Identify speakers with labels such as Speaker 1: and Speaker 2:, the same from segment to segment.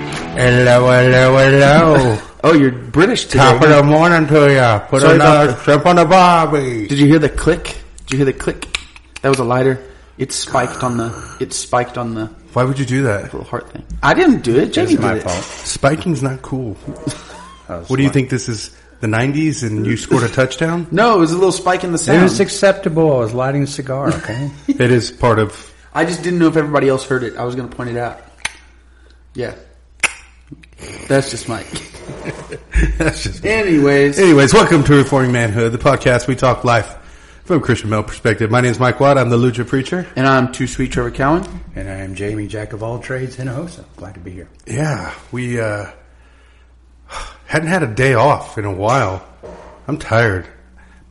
Speaker 1: Hello, hello, hello.
Speaker 2: Oh, um, you're British today.
Speaker 1: Top of Ah, the morning to ya. Put
Speaker 2: Sorry about
Speaker 1: another
Speaker 2: the-
Speaker 1: strip on the barbie.
Speaker 2: Did you hear the click? Did you hear the click? That was a lighter. It spiked on the. It spiked on the
Speaker 1: Why would you do that?
Speaker 2: little heart thing. I didn't do it. Jamie
Speaker 3: It's
Speaker 2: did
Speaker 3: my
Speaker 2: it.
Speaker 3: fault.
Speaker 1: Spiking's not cool.
Speaker 3: That was
Speaker 1: What do you
Speaker 3: my-
Speaker 1: think this is? The 90s and you scored a touchdown?
Speaker 2: No, it was a little spike in the
Speaker 3: It
Speaker 2: sound.
Speaker 3: was acceptable. I was lighting a cigar. Okay.
Speaker 1: It is part of.
Speaker 2: I just didn't know if everybody else heard it. I was going to point it out. Yeah, that's just Mike.
Speaker 1: That's just.
Speaker 2: Anyways,
Speaker 1: Anyways, welcome to Reforming Manhood, the podcast we talk life from a Christian male perspective. My name is Mike Watt. I'm the Lucha Preacher.
Speaker 2: and I'm too sweet, Trevor Cowan.
Speaker 3: and I am Jamie, jack of all trades, Hinojosa. Glad to be here.
Speaker 1: Yeah, we uh, hadn't had a day off in a while. I'm tired.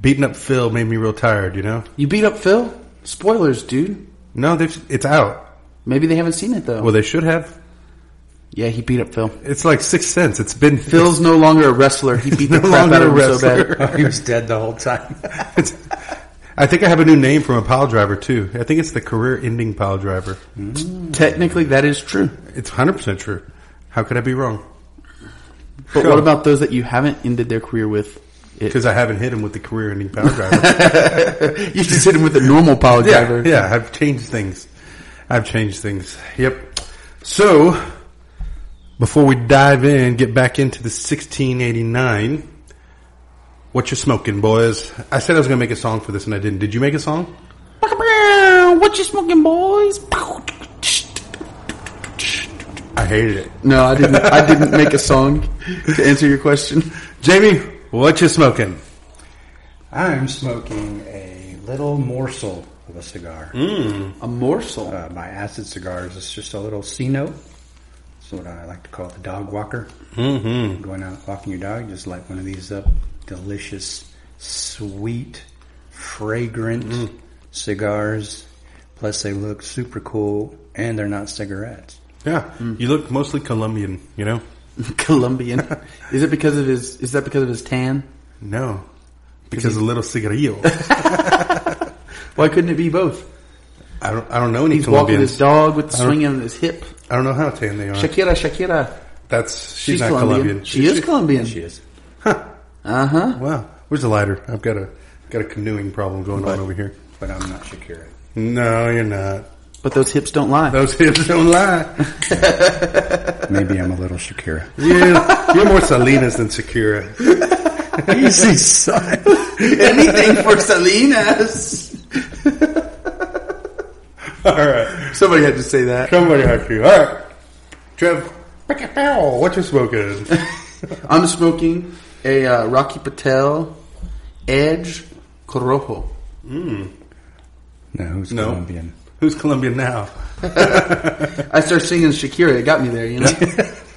Speaker 1: Beating up Phil made me real tired, you know?
Speaker 2: You beat up Phil. Spoilers, dude.
Speaker 1: No, they've, it's out.
Speaker 2: Maybe they haven't seen it though.
Speaker 1: Well, they should have.
Speaker 2: yeah, he beat up Phil.
Speaker 1: It's like Sixth Sense. It's been
Speaker 2: Phil's no longer a wrestler. He beat the
Speaker 1: No
Speaker 2: crap out
Speaker 1: longer
Speaker 2: of
Speaker 1: a
Speaker 2: him so bad.
Speaker 1: wrestler.
Speaker 3: he was dead the whole time.
Speaker 1: It's- I think I have a new name from a pile driver too. I think it's the career-ending pile driver.
Speaker 2: Technically, that is true.
Speaker 1: It's 100% true. How could I be wrong?
Speaker 2: But
Speaker 1: Sure.
Speaker 2: what about those that you haven't ended their career with? It,
Speaker 1: Because I haven't hit him with the career-ending pile driver.
Speaker 2: you just hit him with a normal power
Speaker 1: yeah,
Speaker 2: driver.
Speaker 1: yeah. I've changed things. I've changed things. Yep. So before we dive in, get back into the 1689. What you smoking, boys? I said I was gonna make a song for this, and I didn't. Did you make a song?
Speaker 2: What you smoking, boys?
Speaker 1: I hated it.
Speaker 2: No, I didn't. I didn't make a song to answer your question.
Speaker 1: Jamie, what you smoking?
Speaker 3: I'm smoking a little morsel of a cigar.
Speaker 1: Hmm?
Speaker 2: A morsel.
Speaker 3: Uh, my acid cigars. It's just a little C note. That's what I like to call it, the dog walker. Mm-hmm. Going out walking your dog, just light one of these up. Delicious, sweet, fragrant
Speaker 1: Hmm.
Speaker 3: cigars. Plus, they look super cool, and they're not cigarettes.
Speaker 1: Yeah, Mm. you look mostly Colombian. You know,
Speaker 2: Colombian. Is it because of his? Is that because of his tan?
Speaker 1: no, because a little cigarillo.
Speaker 2: Why couldn't it be both?
Speaker 1: I don't. I don't know any
Speaker 2: He's walking
Speaker 1: Colombians.
Speaker 2: his dog with the
Speaker 1: I don't-
Speaker 2: swing on his hip.
Speaker 1: I don't know how tan they are.
Speaker 2: Shakira, Shakira.
Speaker 1: That's she's, not Colombian.
Speaker 2: She, is Colombian.
Speaker 3: She is.
Speaker 2: Uh huh.
Speaker 1: Wow, where's the lighter? I've got a got a canoeing problem going on over here.
Speaker 3: But I'm not Shakira.
Speaker 1: No, you're not.
Speaker 2: But those hips don't lie.
Speaker 1: Those hips don't lie.
Speaker 3: Maybe I'm a little Shakira.
Speaker 1: You're, you're more Salinas than Shakira.
Speaker 3: Easy son.
Speaker 2: Anything for Salinas.
Speaker 1: All right,
Speaker 2: Somebody had to say that.
Speaker 1: somebody had you. All right, Trev. What you smoking?
Speaker 2: I'm smoking a uh, Rocky Patel Edge Corojo.
Speaker 3: No, who's
Speaker 1: No.
Speaker 3: Colombian?
Speaker 1: Who's Colombian now?
Speaker 2: I started singing Shakira. It got me there, you know.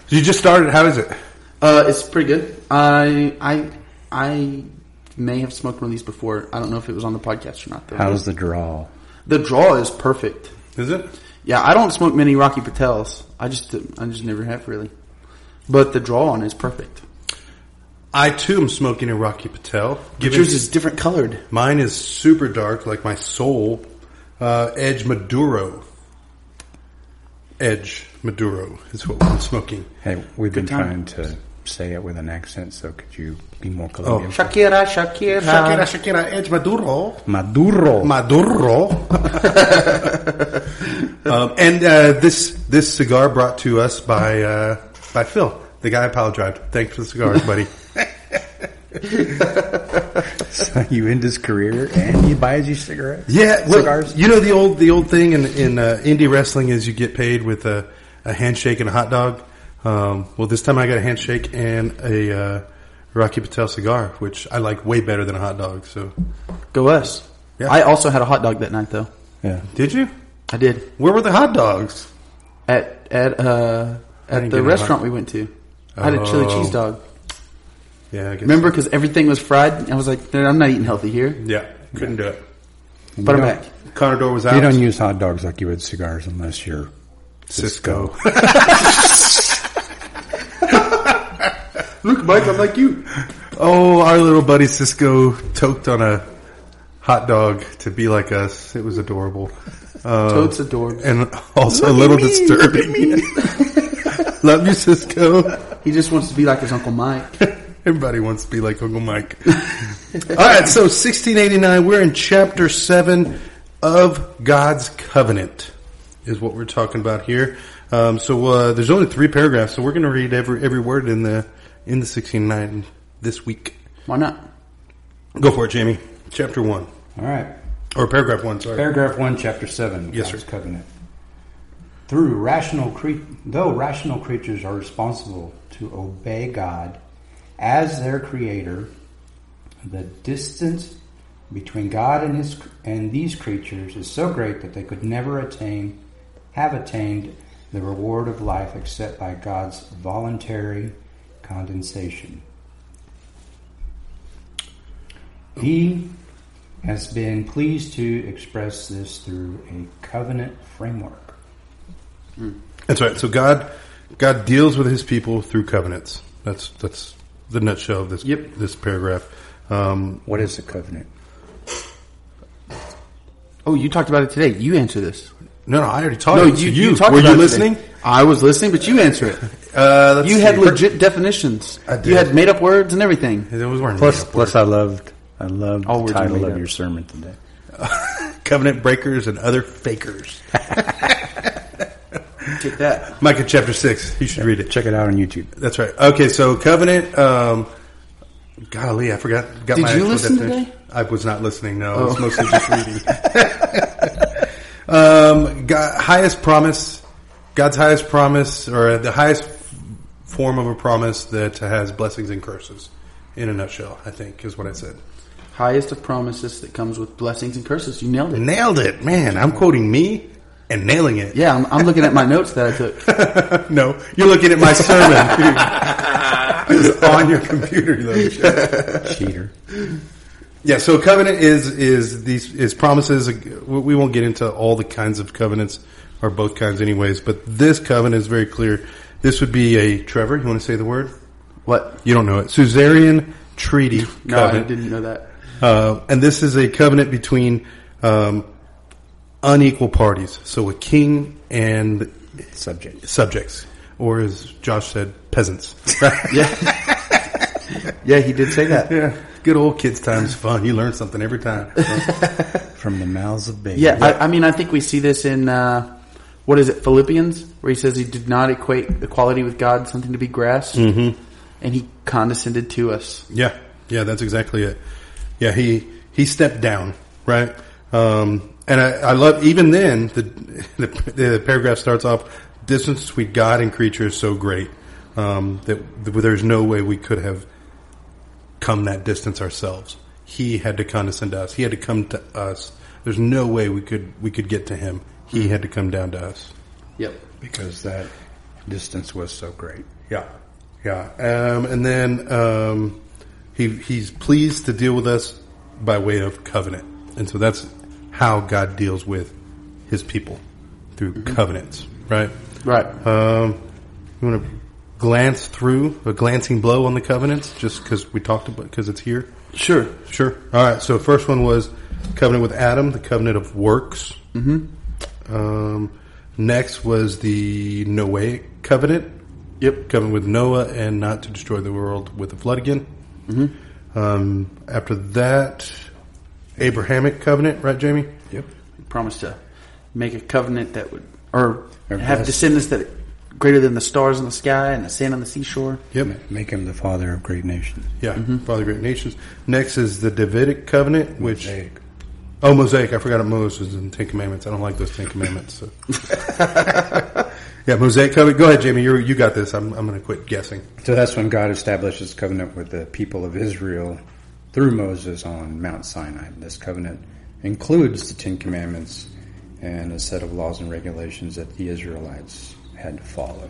Speaker 1: You just started. How is it?
Speaker 2: uh, it's pretty good. I I I may have smoked one of these before. I don't know if it was on the podcast or not. Though.
Speaker 3: How's the draw?
Speaker 2: the draw is perfect.
Speaker 1: Is it?
Speaker 2: Yeah, I don't smoke many Rocky Patels. I just I just never have really. But the draw on is perfect.
Speaker 1: I too am smoking a Rocky Patel.
Speaker 2: But
Speaker 1: Given-
Speaker 2: yours is different colored.
Speaker 1: Mine is super dark, like my soul. Uh, Edge Maduro. Edge Maduro is what we're smoking.
Speaker 3: Hey, we've been
Speaker 2: time.
Speaker 3: trying to say it with an accent, so could you be more
Speaker 1: Oh.
Speaker 3: Colombian?
Speaker 2: Shakira, Shakira.
Speaker 1: Shakira, Shakira, Edge Maduro.
Speaker 3: Maduro.
Speaker 1: Maduro. um, and uh, this this cigar brought to us by uh, by Phil, the guy I pile drive. Thanks for the cigars, buddy.
Speaker 3: you end his career and he buys you cigarettes.
Speaker 1: Yeah, well,
Speaker 3: Cigars?
Speaker 1: You know the old the old thing in in uh, indie wrestling is you get paid with a, a handshake and a hot dog. Um, well, this time I got a handshake and a uh, Rocky Patel cigar, which I like way better than a hot dog. So,
Speaker 2: Go us.
Speaker 1: Yeah.
Speaker 2: I also had a hot dog that night though.
Speaker 3: Yeah.
Speaker 1: did you?
Speaker 2: I did.
Speaker 1: Where were the hot dogs?
Speaker 2: at at uh, at
Speaker 1: didn't
Speaker 2: the
Speaker 1: get a
Speaker 2: restaurant we went to. I had a chili
Speaker 1: Oh.
Speaker 2: cheese dog.
Speaker 1: Yeah, I guess.
Speaker 2: Remember, because everything was fried. I was like, "Dude, I'm not eating healthy here.
Speaker 1: Yeah, couldn't do it.
Speaker 2: But I'm
Speaker 3: You
Speaker 2: back.
Speaker 3: don't-
Speaker 1: Connor Door was out.
Speaker 3: You don't use hot dogs like you would cigars unless you're
Speaker 1: Cisco.
Speaker 2: Look, Mike, I'm like you.
Speaker 1: Oh, our little buddy Cisco toked on a hot dog to be like us. It was
Speaker 2: Oh.
Speaker 1: adorable. Uh,
Speaker 2: Toad's adorable.
Speaker 1: And also a little disturbing. Love you, Cisco.
Speaker 2: He just wants to be like his Uncle Mike.
Speaker 1: Everybody wants to be like Uncle Mike. All right, so 1689, we're in chapter 7 of God's covenant, is what we're talking about here. Um, so uh, there's only three paragraphs, so we're going to read every every word in the in the 1689 this week.
Speaker 2: Why not?
Speaker 1: Go for it, Jamie. Chapter 1,
Speaker 3: All right.
Speaker 1: or paragraph 1, sorry.
Speaker 3: Paragraph 1, Chapter 7.
Speaker 1: Yes,
Speaker 3: God's
Speaker 1: sir.
Speaker 3: Covenant. Through rational cre- though rational creatures are responsible to obey God as their creator, the distance between God and his and these creatures is so great that they could never attain have attained the reward of life except by God's voluntary condensation. He has been pleased to express this through a covenant framework.
Speaker 1: That's right. So God, God deals with His people through covenants. That's that's the nutshell of this
Speaker 2: Yep.
Speaker 1: this paragraph. Um,
Speaker 3: What is a covenant?
Speaker 2: Oh, you talked about it today. You answer this.
Speaker 1: no, no, I already talked.
Speaker 2: No,
Speaker 1: it to
Speaker 2: Oh, you, you, talked
Speaker 1: Were
Speaker 2: about
Speaker 1: you
Speaker 2: it
Speaker 1: listening?
Speaker 2: today. I was listening, but you answer it.
Speaker 1: Uh, let's
Speaker 2: You
Speaker 1: see.
Speaker 2: had legit definitions.
Speaker 1: I did.
Speaker 2: You had made up words and everything.
Speaker 1: It was weren't
Speaker 3: Plus,
Speaker 1: made up.
Speaker 3: plus, I loved, I loved
Speaker 2: All words
Speaker 3: the
Speaker 2: are
Speaker 3: title
Speaker 2: made
Speaker 3: of
Speaker 2: up.
Speaker 3: your sermon today.
Speaker 1: covenant breakers and other fakers.
Speaker 2: Take that.
Speaker 1: Micah chapter six. You should read it.
Speaker 3: Check it out on YouTube.
Speaker 1: That's right. Okay, so covenant. Um, golly, I forgot. Got
Speaker 2: Did
Speaker 1: my
Speaker 2: you
Speaker 1: actual
Speaker 2: listen
Speaker 1: definition.
Speaker 2: today? Oh.
Speaker 1: I was not listening. No, I was mostly just reading. um, God, highest promise, God's highest promise, or the highest f- form of a promise that has blessings and curses. In a nutshell, I think is what I said.
Speaker 2: Highest of promises that comes with blessings and curses. You nailed it.
Speaker 1: Nailed it, man! I'm quoting me and nailing it.
Speaker 2: Yeah, I'm, I'm looking at my notes that I took.
Speaker 1: no, you're looking at my sermon. it's on your computer, though.
Speaker 3: Cheater.
Speaker 1: Yeah, so covenant is is these is promises. We won't get into all the kinds of covenants or both kinds, anyways. But this covenant is very clear. This would be a Trevor. You want to say the word?
Speaker 2: What?
Speaker 1: You don't know it. Suzerain treaty
Speaker 2: No,
Speaker 1: covenant,
Speaker 2: I didn't know that.
Speaker 1: Uh, and this is a covenant between um, unequal parties. So a king and
Speaker 3: Subject.
Speaker 1: subjects, or as Josh said, peasants.
Speaker 2: Yeah. yeah, he did say that.
Speaker 1: yeah, good old kids' time's fun. You learn something every time.
Speaker 3: From the mouths of babes.
Speaker 2: Yeah, I, I mean, I think we see this in uh, what is it, Philippians, where he says he did not equate equality with God something to be grasped, mm-hmm. and he condescended to us.
Speaker 1: Yeah, yeah, that's exactly it. Yeah, he he stepped down, right? Um, and I, I love even then the, the the paragraph starts off distance between God and creature is so great um, that there's no way we could have come that distance ourselves. He had to condescend to us. He had to come to us. There's no way we could we could get to him. He had to come down to us.
Speaker 2: Yep.
Speaker 3: Because that distance was so great.
Speaker 1: Yeah, yeah. Um, and then um, he he's pleased to deal with us by way of covenant, and so that's how God deals with His people through covenants, right?
Speaker 2: Right.
Speaker 1: Um, you want to glance through a glancing blow on the covenants, just because we talked about because it's here.
Speaker 2: Sure.
Speaker 1: Sure. All right. So first one was covenant with Adam, the covenant of works. Mm-hmm. Um, next was the Noahic covenant.
Speaker 2: Yep.
Speaker 1: Covenant with Noah and not to destroy the world with a flood again.
Speaker 3: Mm-hmm.
Speaker 1: Um, after that, Abrahamic covenant, right, Jamie?
Speaker 3: Yep.
Speaker 2: Promised to make a covenant that would, or
Speaker 3: Or
Speaker 2: have
Speaker 3: bless.
Speaker 2: descendants that greater than the stars in the sky and the sand on the seashore.
Speaker 1: Yep.
Speaker 3: Make him the father of great nations.
Speaker 1: Yeah.
Speaker 3: Mm-hmm.
Speaker 1: Father of Great Nations. Next is the Davidic covenant, which
Speaker 3: Mosaic.
Speaker 1: oh Mosaic. I forgot about Moses and Ten Commandments. I don't like those Ten Commandments. So. yeah, Mosaic covenant. Go ahead, Jamie. You you got this. I'm I'm going to quit guessing.
Speaker 3: So that's when God establishes covenant with the people of Israel through Moses on Mount Sinai. This covenant includes the Ten Commandments and a set of laws and regulations that the Israelites had to follow.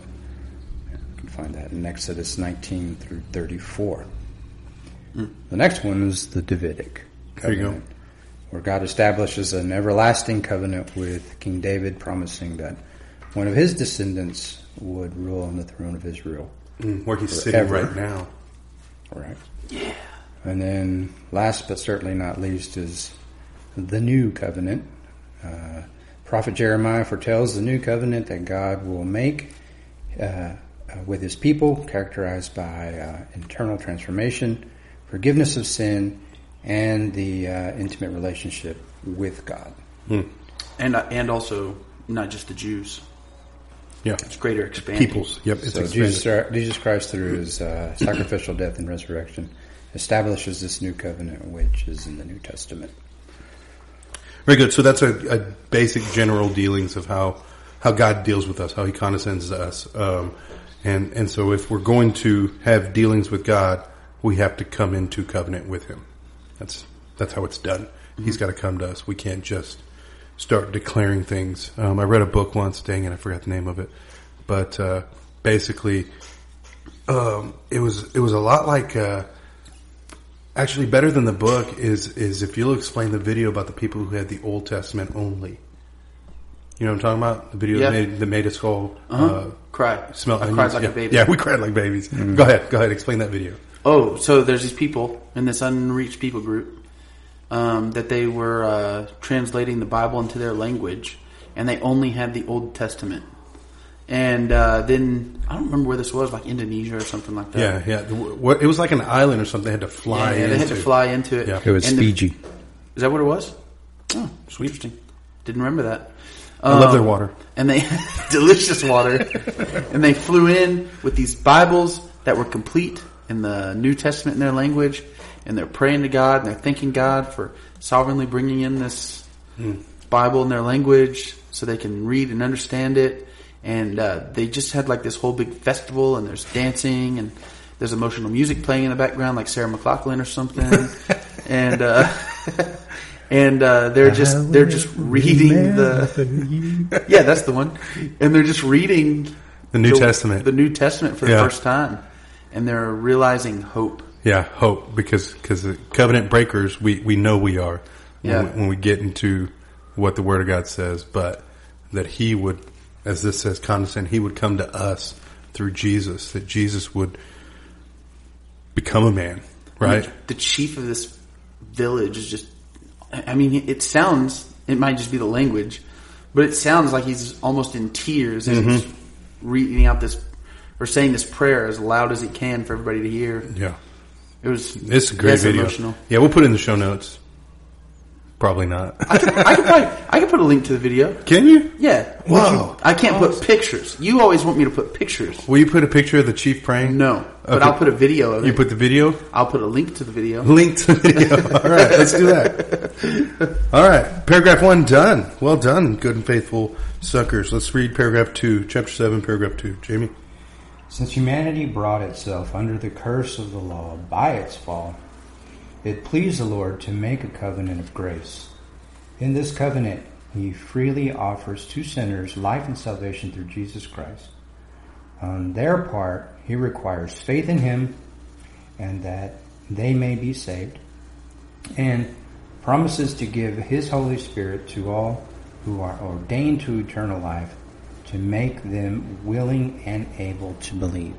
Speaker 3: You can find that in Exodus 19 through 34. The next one is the Davidic
Speaker 1: There you go.
Speaker 3: covenant, where God establishes an everlasting covenant with King David, promising that one of his descendants would rule on the throne of Israel.
Speaker 1: Mm, Where he's sitting
Speaker 3: Forever.
Speaker 1: right now.
Speaker 3: All right. Yeah. And then, last but certainly not least, is the new covenant. Uh, Prophet Jeremiah foretells the new covenant that God will make uh, uh, with his people, characterized by uh, internal transformation, forgiveness of sin, and the uh, intimate relationship with God.
Speaker 2: and uh, and also not just the Jews.
Speaker 1: Yeah.
Speaker 2: It's greater expansion.
Speaker 1: Peoples. Yep. It's
Speaker 3: so
Speaker 1: expanded.
Speaker 3: Jesus, uh, Jesus Christ, through his uh, sacrificial death and resurrection, establishes this new covenant, which is in the New Testament.
Speaker 1: Very good. So that's a, a basic general dealings of how how God deals with us, how He condescends to us, um, and and so if we're going to have dealings with God, we have to come into covenant with Him. That's that's how it's done. He's
Speaker 2: Mm-hmm.
Speaker 1: got to come to us. We can't just start declaring things. Um, I read a book once, dang it, I forgot the name of it, but uh, basically, um, it was it was a lot like. Uh, actually better than the book is is if you'll explain the video about the people who had the Old Testament only. You know what I'm talking about? The video that,
Speaker 2: Yeah.
Speaker 1: made, that made us all uh,
Speaker 2: Cry.
Speaker 1: smell.
Speaker 2: I cried
Speaker 1: onions.
Speaker 2: like
Speaker 1: yeah.
Speaker 2: a baby. Mm-hmm.
Speaker 1: Yeah, we cried like babies. Go ahead, go ahead. Explain that video.
Speaker 2: Oh, so there's these people in this unreached people group um, that they were uh, translating the Bible into their language, and they only had the Old Testament. And uh, then I don't remember where this was, like Indonesia or something like that.
Speaker 1: Yeah, yeah. The- what- It was like an island or something. They had to fly.
Speaker 2: Um, Yeah, yeah, they had to
Speaker 1: into.
Speaker 2: fly into it.
Speaker 1: Yeah.
Speaker 3: It was
Speaker 2: And the-
Speaker 3: Fiji.
Speaker 2: Is that what it was? Oh, sweet. Interesting. Didn't remember that.
Speaker 1: I love
Speaker 2: um,
Speaker 1: their water.
Speaker 2: And they delicious water. and they flew in with these Bibles that were complete in the New Testament in their language, and they're praying to God and they're thanking God for sovereignly bringing in this Bible in their language so they can read and understand it. And uh, they just had like this whole big festival, and there's dancing and there's emotional music playing in the background, like Sarah McLaughlin or something. and uh, and uh, they're just they're just reading the yeah, that's the one. And they're just reading
Speaker 1: The New Testament.
Speaker 2: the New Testament for the
Speaker 1: Yeah.
Speaker 2: first time, and they're realizing hope.
Speaker 1: Yeah, hope because because covenant breakers we we know we are when,
Speaker 2: Yeah.
Speaker 1: we, when we get into what the Word of God says, but that He would, as this says, condescend. He would come to us through Jesus. That Jesus would become a man, right?
Speaker 2: The chief of this village is just. I mean, it sounds. It might just be the language, but it sounds like he's almost in tears as he's
Speaker 1: Mm-hmm.
Speaker 2: reading out this or saying this prayer as loud as he can for everybody to hear.
Speaker 1: Yeah,
Speaker 2: It was.
Speaker 1: it's a great
Speaker 2: that's
Speaker 1: video.
Speaker 2: Emotional.
Speaker 1: Yeah, we'll put it in the show notes. Probably not.
Speaker 2: I could probably. I could put a link to the video.
Speaker 1: Can you?
Speaker 2: Yeah.
Speaker 1: Wow.
Speaker 2: I can't put pictures. You always want me to put pictures.
Speaker 1: Will you put a picture of the chief praying?
Speaker 2: No, but
Speaker 1: Okay.
Speaker 2: I'll put a video of
Speaker 1: You
Speaker 2: it.
Speaker 1: put the video.
Speaker 2: I'll put a link to the video.
Speaker 1: Link to video. All right, let's do that. All right, paragraph one done. Well done, good and faithful suckers. Let's read paragraph two, chapter seven, paragraph two. Jamie.
Speaker 3: Since humanity brought itself under the curse of the law by its fall, it pleased the Lord to make a covenant of grace. In this covenant, he freely offers to sinners life and salvation through Jesus Christ. On their part, he requires faith in him and that they may be saved, and promises to give his Holy Spirit to all who are ordained to eternal life to make them willing and able to believe.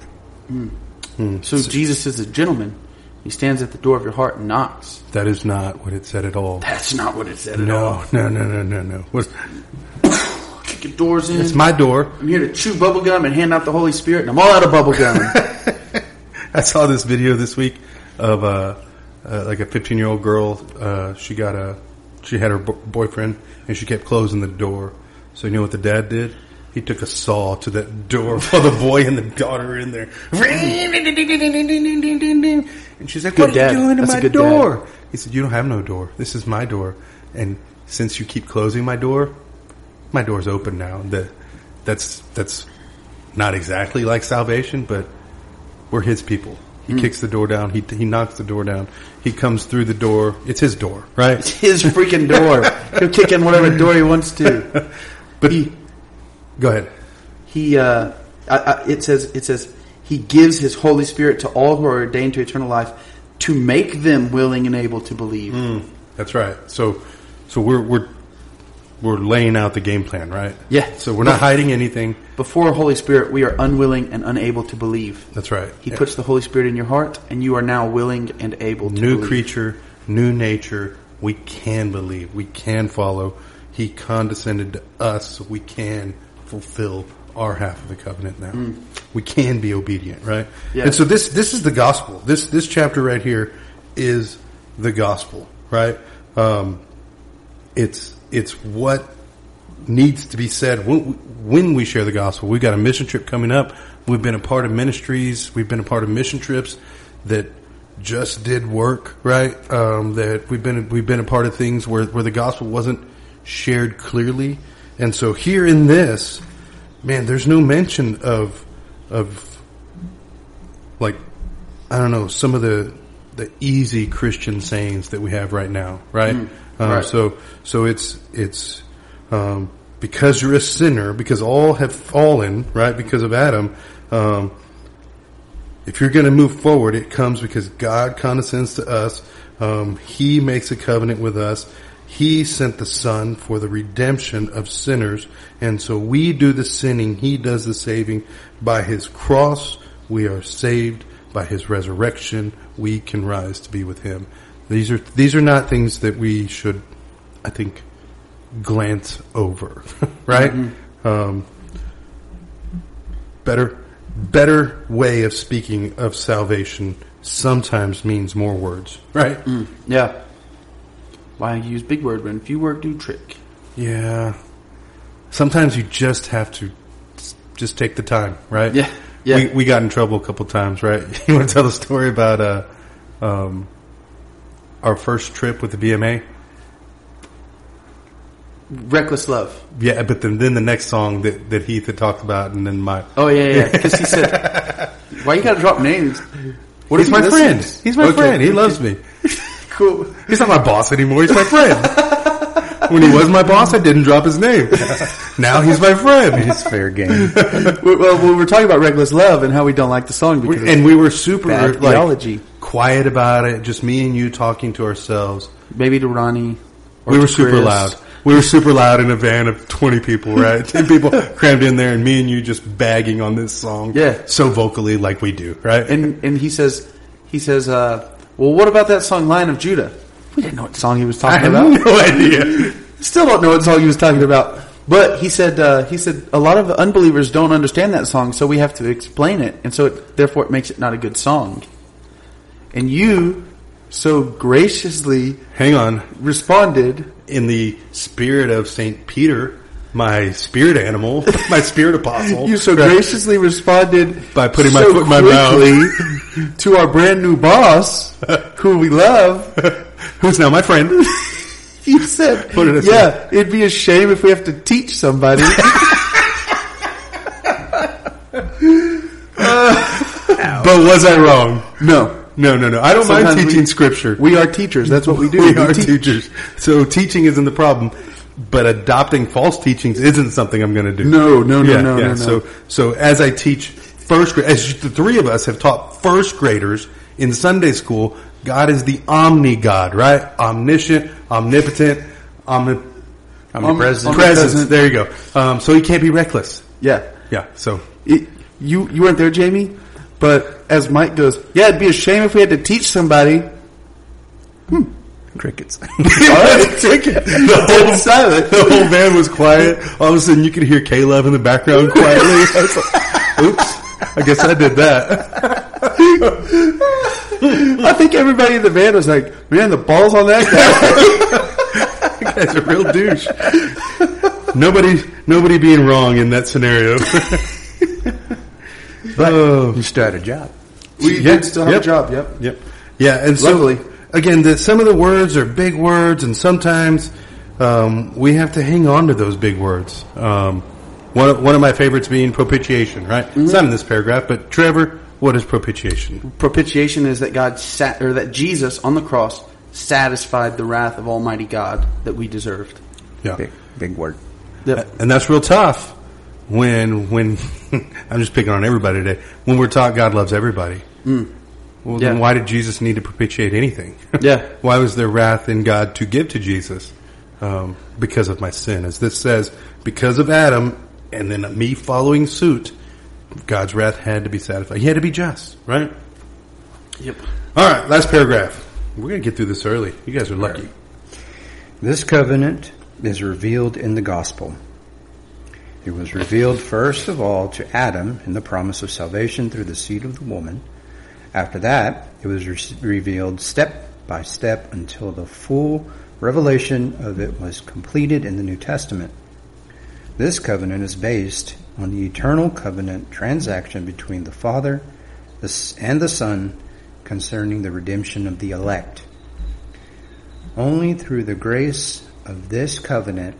Speaker 2: So Jesus is a gentleman. He stands at the door of your heart and knocks.
Speaker 1: That is not what it said at all.
Speaker 2: That's not what it said at all.
Speaker 1: No, no, no, no, no, no. What-
Speaker 2: Kick your doors in.
Speaker 1: It's my door.
Speaker 2: I'm here to chew bubble gum and hand out the Holy Spirit, and I'm all out of bubble gum.
Speaker 1: I saw this video this week of uh, uh, like a 15 year old girl. Uh, she got a she had her bo- boyfriend and she kept closing the door. So you know what the dad did? He took a saw to that door while the boy and the daughter were in there. And she's like,
Speaker 2: Good
Speaker 1: "What are
Speaker 2: dad.
Speaker 1: you doing to
Speaker 2: That's a
Speaker 1: my
Speaker 2: good
Speaker 1: door?" He said, "You don't have no door. This is my door. And since you keep closing my door, my door's open now." That that's that's not exactly like salvation, but we're his people. He
Speaker 2: Hmm.
Speaker 1: kicks the door down. He he knocks the door down. He comes through the door. It's his door, right?
Speaker 2: His freaking door. He'll kick in whatever door he wants to.
Speaker 1: But he, go ahead.
Speaker 2: He, uh, I, I, it says, it says, he gives his Holy Spirit to all who are ordained to eternal life to make them willing and able to believe.
Speaker 1: That's right. So so we're we're we're laying out the game plan, right?
Speaker 2: Yeah.
Speaker 1: So we're not hiding anything.
Speaker 2: Before Holy Spirit, we are unwilling and unable to believe.
Speaker 1: That's right.
Speaker 2: He
Speaker 1: Yeah.
Speaker 2: puts the Holy Spirit in your heart, and you are now willing and able to
Speaker 1: new
Speaker 2: believe.
Speaker 1: creature, new nature. We can believe. We can follow. He condescended to us. so We can fulfill our half of the covenant now. We can be obedient, right?
Speaker 2: Yeah.
Speaker 1: And so this this is the gospel. This this chapter right here is the gospel, right? Um, it's it's what needs to be said when, when we share the gospel. We've got a mission trip coming up. We've been a part of ministries. We've been a part of mission trips that just did work, right? Um, that we've been we've been a part of things where where the gospel wasn't shared clearly, and so here in this, man, there's no mention of of like I don't know some of the the easy Christian sayings that we have right now, right? um,
Speaker 2: right.
Speaker 1: So so it's it's um, because you're a sinner, because all have fallen, right? Because of Adam. Um, if you're going to move forward, it comes because God condescends to us. Um, he makes a covenant with us. He sent the Son for the redemption of sinners. And so we do the sinning. He does the saving. By His cross, we are saved. By His resurrection, we can rise to be with Him. These are, these are not things that we should, I think, glance over, right? Um, better better way of speaking of salvation sometimes means more words, right?
Speaker 2: Mm. Yeah. Why use big word when few word do trick?
Speaker 1: Yeah. Sometimes you just have to s- just take the time, right?
Speaker 2: Yeah, yeah.
Speaker 1: We, we got in trouble a couple times, right? You want to tell the story about uh, um, our first trip with the BMA?
Speaker 2: Reckless love.
Speaker 1: Yeah, but then, then the next song that, that Heath had talked about, and then my
Speaker 2: Oh yeah, yeah. Because he said, "Why you gotta drop names?" What
Speaker 1: he's
Speaker 2: if
Speaker 1: my
Speaker 2: he
Speaker 1: friend.
Speaker 2: listens?
Speaker 1: He's my
Speaker 2: Okay.
Speaker 1: friend. He loves me.
Speaker 2: Cool.
Speaker 1: He's not my boss anymore. He's my friend. when he was my boss, I didn't drop his name. now he's my friend.
Speaker 3: It's fair game.
Speaker 2: well, well, we're talking about reckless love and how we don't like the song because
Speaker 1: And we were super
Speaker 2: Bad
Speaker 1: like,
Speaker 2: theology.
Speaker 1: quiet about it. Just me and you talking to ourselves.
Speaker 2: maybe to Ronnie. or
Speaker 1: we
Speaker 2: to
Speaker 1: were super
Speaker 2: Chris.
Speaker 1: loud. We were super loud in a van of twenty people, right? Ten people crammed in there, and me and you just bagging on this song,
Speaker 2: Yeah.
Speaker 1: so vocally like we do, right?
Speaker 2: And and he says, he says, uh, "Well, what about that song Lion of Judah?" We didn't know what song he was
Speaker 1: I
Speaker 2: talking
Speaker 1: had
Speaker 2: about.
Speaker 1: no idea.
Speaker 2: Still don't know what song he was talking about. But he said, uh, he said, a lot of unbelievers don't understand that song, so we have to explain it, and so it, therefore it makes it not a good song. And you so graciously
Speaker 1: Hang on.
Speaker 2: responded,
Speaker 1: in the spirit of Saint Peter, my spirit animal, my spirit apostle.
Speaker 2: you so
Speaker 1: Right.
Speaker 2: graciously responded
Speaker 1: By putting my
Speaker 2: so
Speaker 1: foot in my mouth.
Speaker 2: quickly to our brand new boss, who we love.
Speaker 1: who's now my friend.
Speaker 2: You said,
Speaker 1: Put it aside.
Speaker 2: yeah, it'd be a shame if we have to teach somebody.
Speaker 1: But was I wrong?
Speaker 2: no,
Speaker 1: No, no, no. I don't mind
Speaker 2: Sometimes we-
Speaker 1: teaching scripture.
Speaker 2: we are teachers. That's what we do.
Speaker 1: We are
Speaker 2: teach.
Speaker 1: teachers. So teaching isn't the problem, but adopting false teachings isn't something I'm going to do.
Speaker 2: No, no, no,
Speaker 1: yeah,
Speaker 2: no,
Speaker 1: yeah.
Speaker 2: no, no.
Speaker 1: So, so as I teach first grade, as the three of us have taught first graders in Sunday school, God is the omni God, right? Omniscient, omnipotent, omnipresent.
Speaker 2: Omnipresent.
Speaker 1: Presence. There you go. Um, so he can't be reckless.
Speaker 2: Yeah.
Speaker 1: Yeah. So
Speaker 2: It, you you weren't there, Jamie, but as Mike goes, yeah, it'd be a shame if we had to teach somebody. Hmm. Crickets. All right, cricket.
Speaker 1: The whole-
Speaker 2: Dead silent.
Speaker 1: the whole band was quiet. All of a sudden, you could hear Caleb in the background quietly. I was like, Oops. I guess I did that.
Speaker 2: I think everybody in the band was like, man, the balls on that guy.
Speaker 1: That's a real douche. Nobody, nobody being wrong in that scenario. Oh.
Speaker 3: You still had a job.
Speaker 2: we
Speaker 1: Yeah,
Speaker 2: did still have
Speaker 1: yep.
Speaker 2: a job. Yep.
Speaker 1: Yep. Yeah, and so
Speaker 2: Luckily.
Speaker 1: again, the, some of the words are big words, and sometimes um, we have to hang on to those big words. Um, one, of- one of my favorites being propitiation. Right? It's not in this paragraph, but Trevor, what is propitiation?
Speaker 2: Propitiation is that God sat, or that Jesus on the cross satisfied the wrath of Almighty God that we deserved.
Speaker 1: Yeah,
Speaker 3: Big, big word.
Speaker 2: Yep.
Speaker 1: and that's real tough when when I'm just picking on everybody today. When we're taught God loves everybody. Well, then
Speaker 2: Mm. Yeah.
Speaker 1: why did Jesus need to propitiate anything?
Speaker 2: Yeah.
Speaker 1: why was there wrath in God to give to Jesus? Um, because of my sin. As this says, because of Adam and then me following suit, God's wrath had to be satisfied. He had to be just, right?
Speaker 2: Yep.
Speaker 1: All right, last paragraph. We're going to get through this early. You guys are lucky.
Speaker 3: This covenant is revealed in the gospel. It was revealed first of all to Adam in the promise of salvation through the seed of the woman. After that, it was re- revealed step by step until the full revelation of it was completed in the New Testament. This covenant is based on the eternal covenant transaction between the Father the S- and the Son concerning the redemption of the elect. Only through the grace of this covenant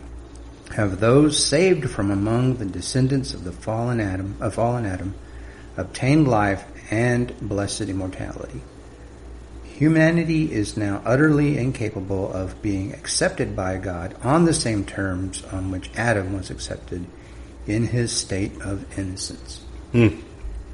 Speaker 3: have those saved from among the descendants of the fallen Adam, of fallen Adam, obtained life and blessed immortality. Humanity is now utterly incapable of being accepted by God on the same terms on which Adam was accepted in his state of innocence.
Speaker 1: All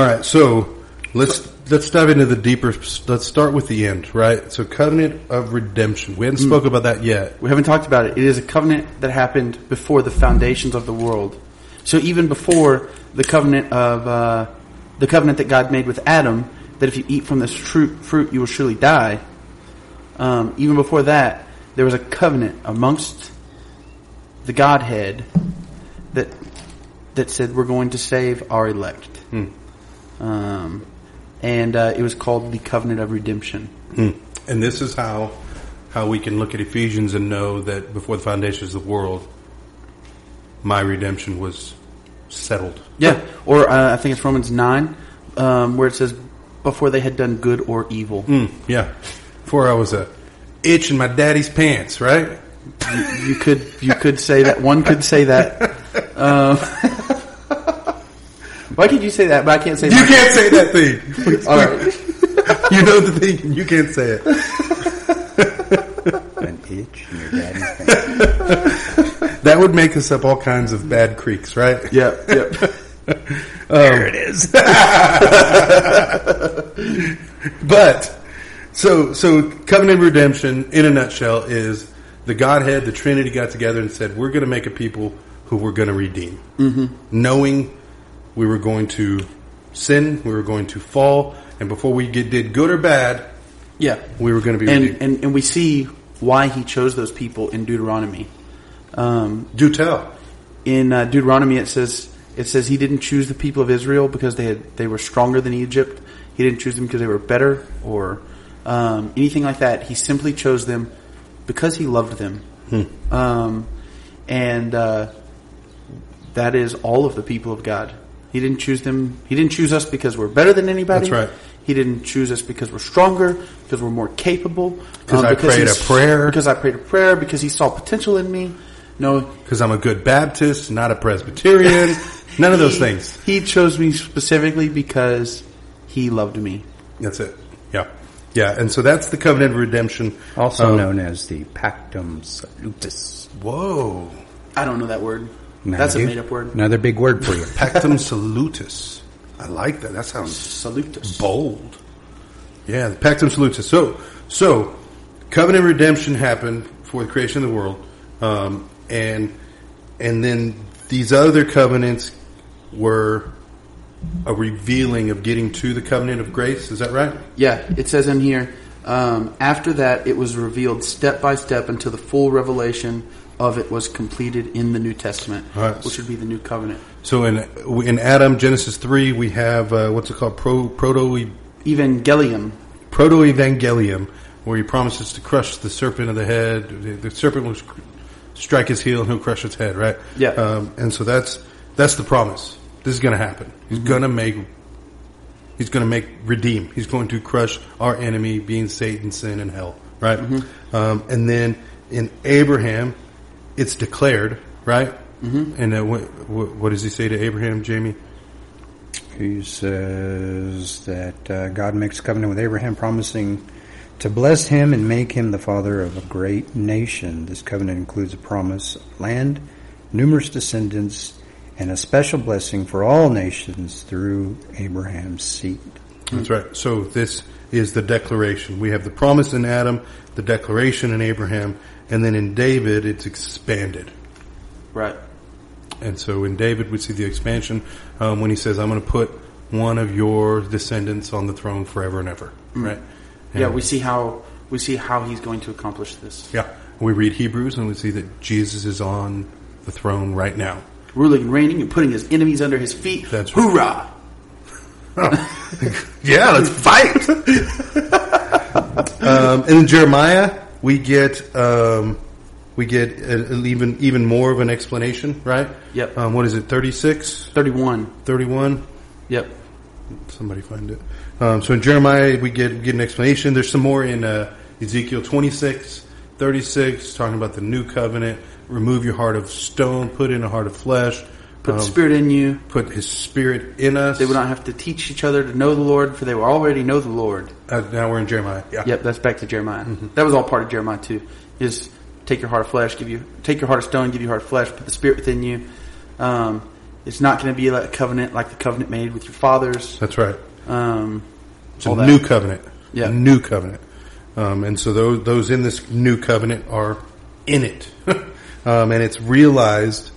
Speaker 1: right, so let's let's dive into the deeper. Let's start with the end, right? So, covenant of redemption. We hadn't spoke about that yet.
Speaker 2: We haven't talked about it. It is a covenant that happened before the foundations of the world. So even before the covenant of uh, the covenant that God made with Adam, that if you eat from this fruit, fruit you will surely die. Um, even before that, there was a covenant amongst the Godhead that that said we're going to save our elect, um, and uh, it was called the covenant of redemption.
Speaker 1: And this is how how we can look at Ephesians and know that before the foundations of the world, my redemption was settled.
Speaker 2: Yeah, or uh, I think it's Romans nine, um, where it says, "Before they had done good or evil."
Speaker 1: Mm, yeah, before I was a itch in my daddy's pants, right?
Speaker 2: You could you could say that one could say that. Um, why could you say that? But I can't say.
Speaker 1: You
Speaker 2: that.
Speaker 1: can't say that thing.
Speaker 2: All right.
Speaker 1: you know the thing. You can't say it.
Speaker 3: An itch in your daddy's pants.
Speaker 1: That would make us up all kinds of bad creeks, right?
Speaker 2: Yep. Yep. Um,
Speaker 1: there it is. but so so covenant redemption in a nutshell is the Godhead, the Trinity got together and said, "We're going to make a people who we're going to redeem," mm-hmm. knowing we were going to sin, we were going to fall, and before we get, did good or bad,
Speaker 2: Yeah.
Speaker 1: we were going to be
Speaker 2: And,
Speaker 1: redeemed.
Speaker 2: and and we see why he chose those people in Deuteronomy. Um,
Speaker 1: Do tell.
Speaker 2: in uh, Deuteronomy it says it says he didn't choose the people of Israel because they had they were stronger than Egypt. He didn't choose them because they were better or um, anything like that. He simply chose them because he loved them,
Speaker 1: Hmm.
Speaker 2: um, and uh, that is all of the people of God. He didn't choose them. He didn't choose us because we're better than anybody.
Speaker 1: That's right.
Speaker 2: He didn't choose us because we're stronger, because we're more capable. um,
Speaker 1: 'Cause I
Speaker 2: because
Speaker 1: prayed
Speaker 2: he's-
Speaker 1: a prayer.
Speaker 2: Because I prayed a prayer. Because he saw potential in me. No,
Speaker 1: Because I'm a good Baptist, not a Presbyterian, none of those
Speaker 2: he-
Speaker 1: things.
Speaker 2: He chose me specifically because he loved me.
Speaker 1: That's it. Yeah. Yeah, and so that's the covenant of redemption.
Speaker 3: Also
Speaker 1: Um,
Speaker 3: known as the Pactum Salutis.
Speaker 1: Whoa.
Speaker 2: I don't know that word.
Speaker 3: Now
Speaker 2: That's a
Speaker 3: you do.
Speaker 2: made up word.
Speaker 3: Another big word for you.
Speaker 1: Pactum salutis. I like that. That sounds
Speaker 2: Salutus.
Speaker 1: bold. Yeah, the pactum salutis. So, so covenant redemption happened for the creation of the world, um, and and then these other covenants were a revealing of getting to the covenant of grace. Is that right?
Speaker 2: Yeah, it says in here. Um, after that, it was revealed step by step until the full revelation of it was completed in the New Testament,
Speaker 1: All right.
Speaker 2: which would be the New Covenant.
Speaker 1: So in in Adam Genesis three, we have uh, what's it called? Pro, proto
Speaker 2: Evangelium.
Speaker 1: proto evangelium, where he promises to crush the serpent of the head. The, the serpent will sc- strike his heel and he'll crush his head, right?
Speaker 2: Yeah.
Speaker 1: Um, and so that's that's the promise. This is going to happen. He's going to make. He's going to make redeem. He's going to crush our enemy, being Satan, sin, and hell, right? Um, and then in Abraham, it's declared, right? Mm-hmm. And uh, what, what, what does he say to Abraham, Jamie?
Speaker 3: He says that uh, God makes covenant with Abraham, promising to bless him and make him the father of a great nation. This covenant includes a promise of land, numerous descendants, and a special blessing for all nations through Abraham's seed.
Speaker 1: That's right. So this is the declaration. We have the promise in Adam, the declaration in Abraham, and then in David it's expanded.
Speaker 2: Right.
Speaker 1: And so in David we see the expansion um, when he says, "I'm going to put one of your descendants on the throne forever and ever." Right? And-
Speaker 2: Yeah, we see how we see how he's going to accomplish this.
Speaker 1: yeah. We read Hebrews and we see that Jesus is on the throne right now.
Speaker 2: ruling and reigning and putting his enemies under his feet.
Speaker 1: That's right.
Speaker 2: Hoorah!
Speaker 1: Yeah, let's fight. um, and in Jeremiah, we get um, we get a, a- even even more of an explanation, right?
Speaker 2: Yep.
Speaker 1: Um, what is it? 36,
Speaker 2: 31.
Speaker 1: 31?
Speaker 2: Yep.
Speaker 1: Somebody find it. Um, so in Jeremiah, we get we get an explanation. There's some more in uh, Ezekiel 26, 36, talking about the new covenant. Remove your heart of stone, put in a heart of flesh.
Speaker 2: Put
Speaker 1: um,
Speaker 2: the Spirit in you.
Speaker 1: put His Spirit in us.
Speaker 2: They would not have to teach each other to know the Lord, for they will already know the Lord.
Speaker 1: uh, now we're in Jeremiah. Yeah.
Speaker 2: Yep, that's back to Jeremiah. That was all part of Jeremiah too. Is take your heart of flesh, give you take your heart of stone, give you heart of flesh, put the spirit within you. Um, it's not going to be like a covenant, like the covenant made with your fathers.
Speaker 1: That's right.
Speaker 2: Um,
Speaker 1: It's a
Speaker 2: all that.
Speaker 1: new covenant.
Speaker 2: Yeah.
Speaker 1: New covenant. Um, and so those, those in this new covenant are in it. um, and it's realized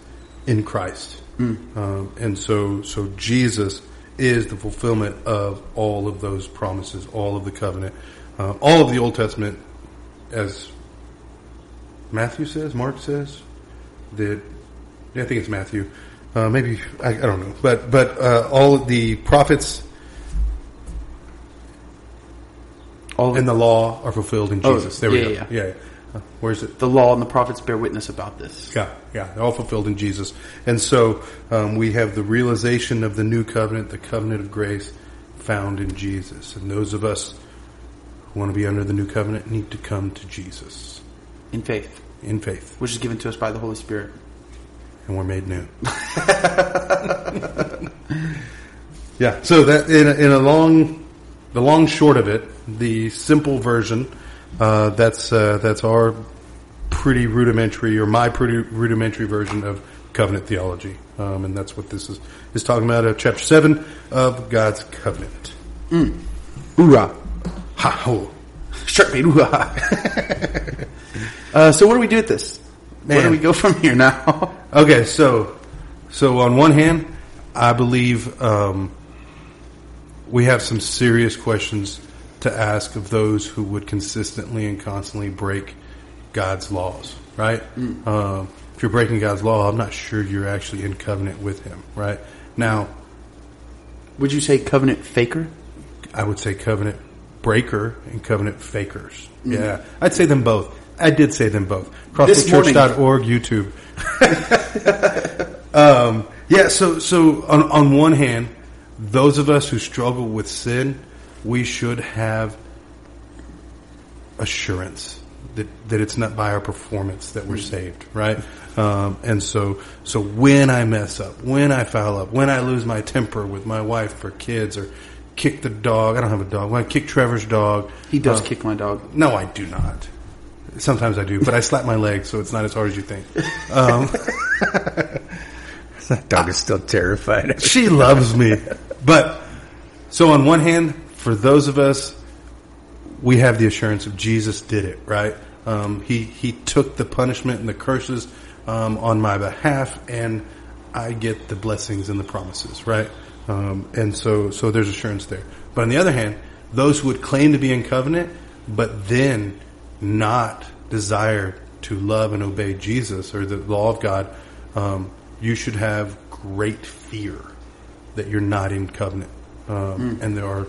Speaker 1: in Christ.
Speaker 2: Hmm.
Speaker 1: Um, and so, so Jesus is the fulfillment of all of those promises, all of the covenant, uh, all of the Old Testament, as Matthew says, Mark says, that I think it's Matthew, uh, maybe I, I don't know, but but uh, all of the prophets
Speaker 2: all
Speaker 1: and
Speaker 2: the,
Speaker 1: the law are fulfilled in
Speaker 2: Oh,
Speaker 1: Jesus. there we
Speaker 2: yeah,
Speaker 1: go.
Speaker 2: yeah,
Speaker 1: yeah. Uh, Where's it?
Speaker 2: the law and the prophets bear witness about this.
Speaker 1: Yeah, yeah, they're all fulfilled in Jesus. And so um, we have the realization of the new covenant, the covenant of grace found in Jesus. And those of us who want to be under the new covenant need to come to Jesus
Speaker 2: in faith,
Speaker 1: in faith,
Speaker 2: which is given to us by the Holy Spirit.
Speaker 1: and we're made new. yeah, so that in a, in a long, the long short of it, the simple version, uh, that's uh, that's our pretty rudimentary or my pretty rudimentary version of covenant theology, um, and that's what this is is talking about. Uh, chapter seven of God's covenant.
Speaker 2: Hoorah!
Speaker 1: Ha ho!
Speaker 2: Shark bait, hoorah! uh, so what do we do with this? Where do
Speaker 1: Man.
Speaker 2: we go from here now?
Speaker 1: Okay, so so on one hand, I believe um, we have some serious questions to ask of those who would consistently and constantly break God's laws, right? Um, if you're breaking God's law, I'm not sure you're actually in covenant with Him, right? Now,
Speaker 2: Would you say covenant faker?
Speaker 1: I would say covenant breaker and covenant fakers. Yeah, I'd say them both. I did say them both.
Speaker 2: This
Speaker 1: CrossFitChurch.org, YouTube. um, yeah, so so on, on one hand, those of us who struggle with sin, we should have assurance that, that it's not by our performance that we're saved, right? Um, and so, so when I mess up, when I foul up, when I lose my temper with my wife or kids or kick the dog, I don't have a dog, when I kick Trevor's dog.
Speaker 2: He does
Speaker 1: uh,
Speaker 2: kick my dog.
Speaker 1: No, I do not. Sometimes I do, but I slap my leg, so it's not as hard as you think. Um,
Speaker 3: That dog is still terrified.
Speaker 1: she loves me. But so on one hand, for those of us, we have the assurance of Jesus did it right. Um, he he took the punishment and the curses um, on my behalf, and I get the blessings and the promises right. Um, and so so there's assurance there. But on the other hand, those who would claim to be in covenant, but then not desire to love and obey Jesus or the law of God, um, you should have great fear that you're not in covenant, um, and there are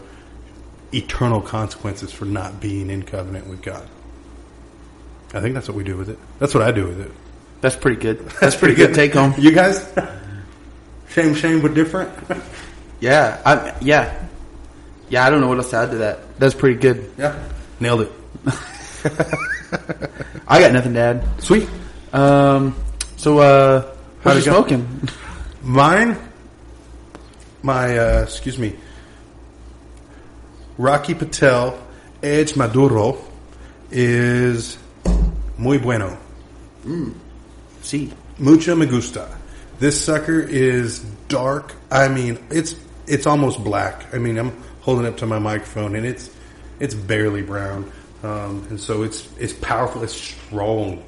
Speaker 1: eternal consequences for not being in covenant with God. I think that's what we do with it. That's what I do with it.
Speaker 2: That's pretty good. That's pretty good take home.
Speaker 1: You guys, shame, shame, but different.
Speaker 2: Yeah, I, yeah, yeah. I don't know what else to add to that. That's pretty good.
Speaker 1: Yeah, nailed it.
Speaker 2: I got nothing to add.
Speaker 1: Sweet.
Speaker 2: Um, so uh,
Speaker 1: How'd
Speaker 2: what you
Speaker 1: it go?
Speaker 2: smoking?
Speaker 1: Mine, my uh, excuse me, Rocky Patel Edge Maduro is muy bueno.
Speaker 2: See,
Speaker 1: Mucha me gusta. This sucker is dark. I mean, it's it's almost black. I mean, I'm holding up to my microphone, and it's it's barely brown. Um, and so it's it's powerful. It's strong.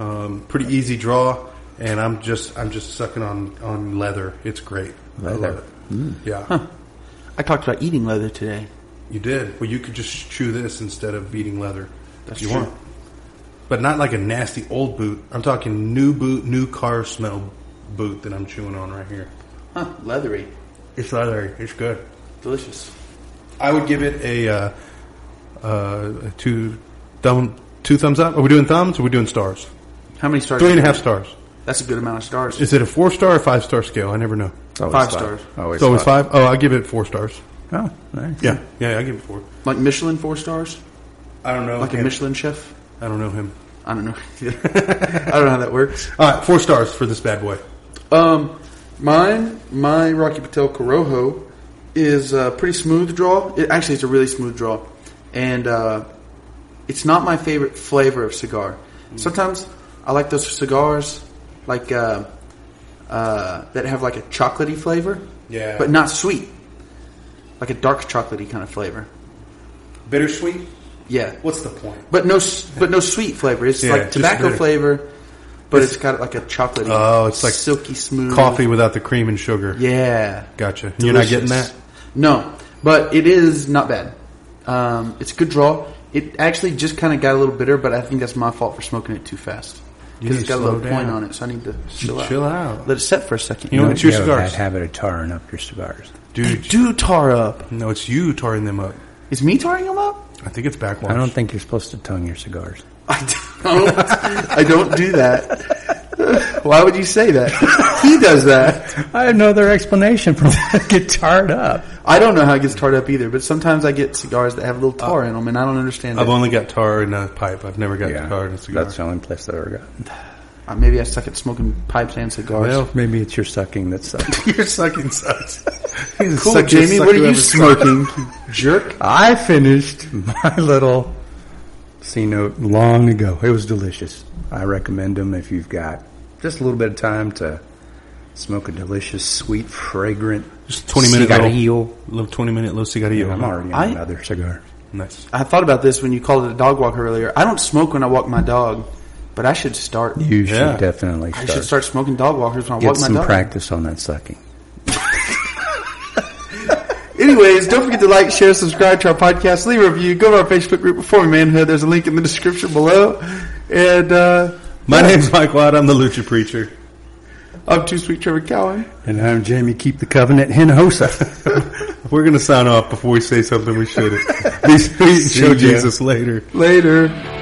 Speaker 1: Um, pretty easy draw, and I'm just I'm just sucking on on leather. It's great. I love it. Yeah,
Speaker 2: I talked about eating leather today.
Speaker 1: you did. Well, you could just chew this instead of beating leather. That's if you
Speaker 2: true.
Speaker 1: want. but not like a nasty old boot. I'm talking new boot, new car smell boot that I'm chewing on right here.
Speaker 2: Huh, leathery.
Speaker 1: It's leathery. It's good.
Speaker 2: Delicious.
Speaker 1: I would give it a uh, uh, two thumb, two thumbs up. Are we doing thumbs? Or are we doing stars?
Speaker 2: How many stars?
Speaker 1: Three and a half stars.
Speaker 2: That's a good amount of stars.
Speaker 1: Is it a four star or five star scale? I never know.
Speaker 4: It's always
Speaker 2: Five stars.
Speaker 4: Always
Speaker 1: It's always
Speaker 4: five.
Speaker 1: five. Oh, I give it four stars.
Speaker 4: Oh, nice.
Speaker 1: Yeah, yeah, I give it four.
Speaker 2: like Michelin four stars?
Speaker 1: I don't know.
Speaker 2: Like a
Speaker 1: him.
Speaker 2: Michelin chef?
Speaker 1: I don't know him.
Speaker 2: I don't know. I don't know how that works.
Speaker 1: All right, four stars for this bad boy.
Speaker 2: Um, mine, my Rocky Patel Corojo is a pretty smooth draw. It, actually, it's a really smooth draw, and uh, it's not my favorite flavor of cigar.
Speaker 1: Mm.
Speaker 2: Sometimes I like those cigars like uh, uh, that have like a chocolatey flavor,
Speaker 1: Yeah.
Speaker 2: but not sweet, like a dark chocolatey kind of flavor.
Speaker 1: Bittersweet.
Speaker 2: Yeah,
Speaker 1: What's the point?
Speaker 2: but no, s- but no sweet flavor. It's
Speaker 1: Yeah,
Speaker 2: like
Speaker 1: just
Speaker 2: tobacco
Speaker 1: bitter.
Speaker 2: flavor, but it's got like a chocolatey.
Speaker 1: Oh, it's like
Speaker 2: silky smooth
Speaker 1: Coffee without the cream and sugar.
Speaker 2: Yeah.
Speaker 1: Gotcha. You're not getting
Speaker 2: Delicious.
Speaker 1: that.
Speaker 2: No, but it is not bad. Um, it's a good draw. It actually just kind of got a little bitter, but I think that's my fault for smoking it too fast
Speaker 1: You need
Speaker 2: because it's
Speaker 1: to
Speaker 2: got a little
Speaker 1: slow
Speaker 2: point
Speaker 1: down.
Speaker 2: on it. So I need to chill out.
Speaker 1: Chill out.
Speaker 2: Let it set for a second.
Speaker 1: You know,
Speaker 3: You
Speaker 1: it's your
Speaker 3: have
Speaker 1: cigars,
Speaker 3: That habit of tarring up your cigars.
Speaker 2: they
Speaker 1: dude.
Speaker 2: do tar up.
Speaker 1: No, it's you tarring them up.
Speaker 2: Is me tarring them up?
Speaker 1: I think it's backwash.
Speaker 3: I don't think you're supposed to tongue your cigars.
Speaker 2: I don't. I don't do that. Why would you say that? He does that.
Speaker 3: I have no other explanation for that. Get tarred up.
Speaker 2: I don't know how it gets tarred up either, but sometimes I get cigars that have a little
Speaker 1: Uh,
Speaker 2: tar in them, and I don't understand.
Speaker 1: I've
Speaker 2: it.
Speaker 1: only got tar in a pipe. I've never got tar in a cigar.
Speaker 3: that's the only place I ever got.
Speaker 2: Uh, maybe I suck at smoking pipes and cigars.
Speaker 3: Well, maybe it's your sucking that sucks.
Speaker 1: You're sucking sucks.
Speaker 2: Cool, Jamie. What are you smoking, jerk?
Speaker 3: I finished my little C note long ago. It was delicious. I recommend them if you've got just a little bit of time to smoke a delicious, sweet, fragrant
Speaker 1: Just 20 minute
Speaker 3: cigarillo.
Speaker 1: Little, little 20 minute little cigarillo.
Speaker 3: I'm already on
Speaker 2: I-
Speaker 3: another cigar.
Speaker 1: Nice.
Speaker 2: I thought about this when you called it a dog walk earlier. I don't smoke when I walk my dog, but I should start.
Speaker 3: You
Speaker 1: Yeah.
Speaker 3: should definitely
Speaker 2: I
Speaker 3: start.
Speaker 2: should start smoking dog walkers when I
Speaker 3: Get
Speaker 2: walk my
Speaker 3: some
Speaker 2: dog.
Speaker 3: practice on that sucking.
Speaker 2: Anyways, don't forget to like, share, subscribe to our podcast, leave a review, go to our Facebook group, Performing Manhood. There's a link in the description below. And uh,
Speaker 1: My name's Mike Watt. I'm the Lucha Preacher.
Speaker 2: I'm Too Sweet Trevor Cowan.
Speaker 3: And I'm Jamie Keep the Covenant Hinojosa.
Speaker 1: We're going to sign off before we say something we shouldn't. Be sweet and show
Speaker 3: See ya.
Speaker 1: Jesus later.
Speaker 2: Later.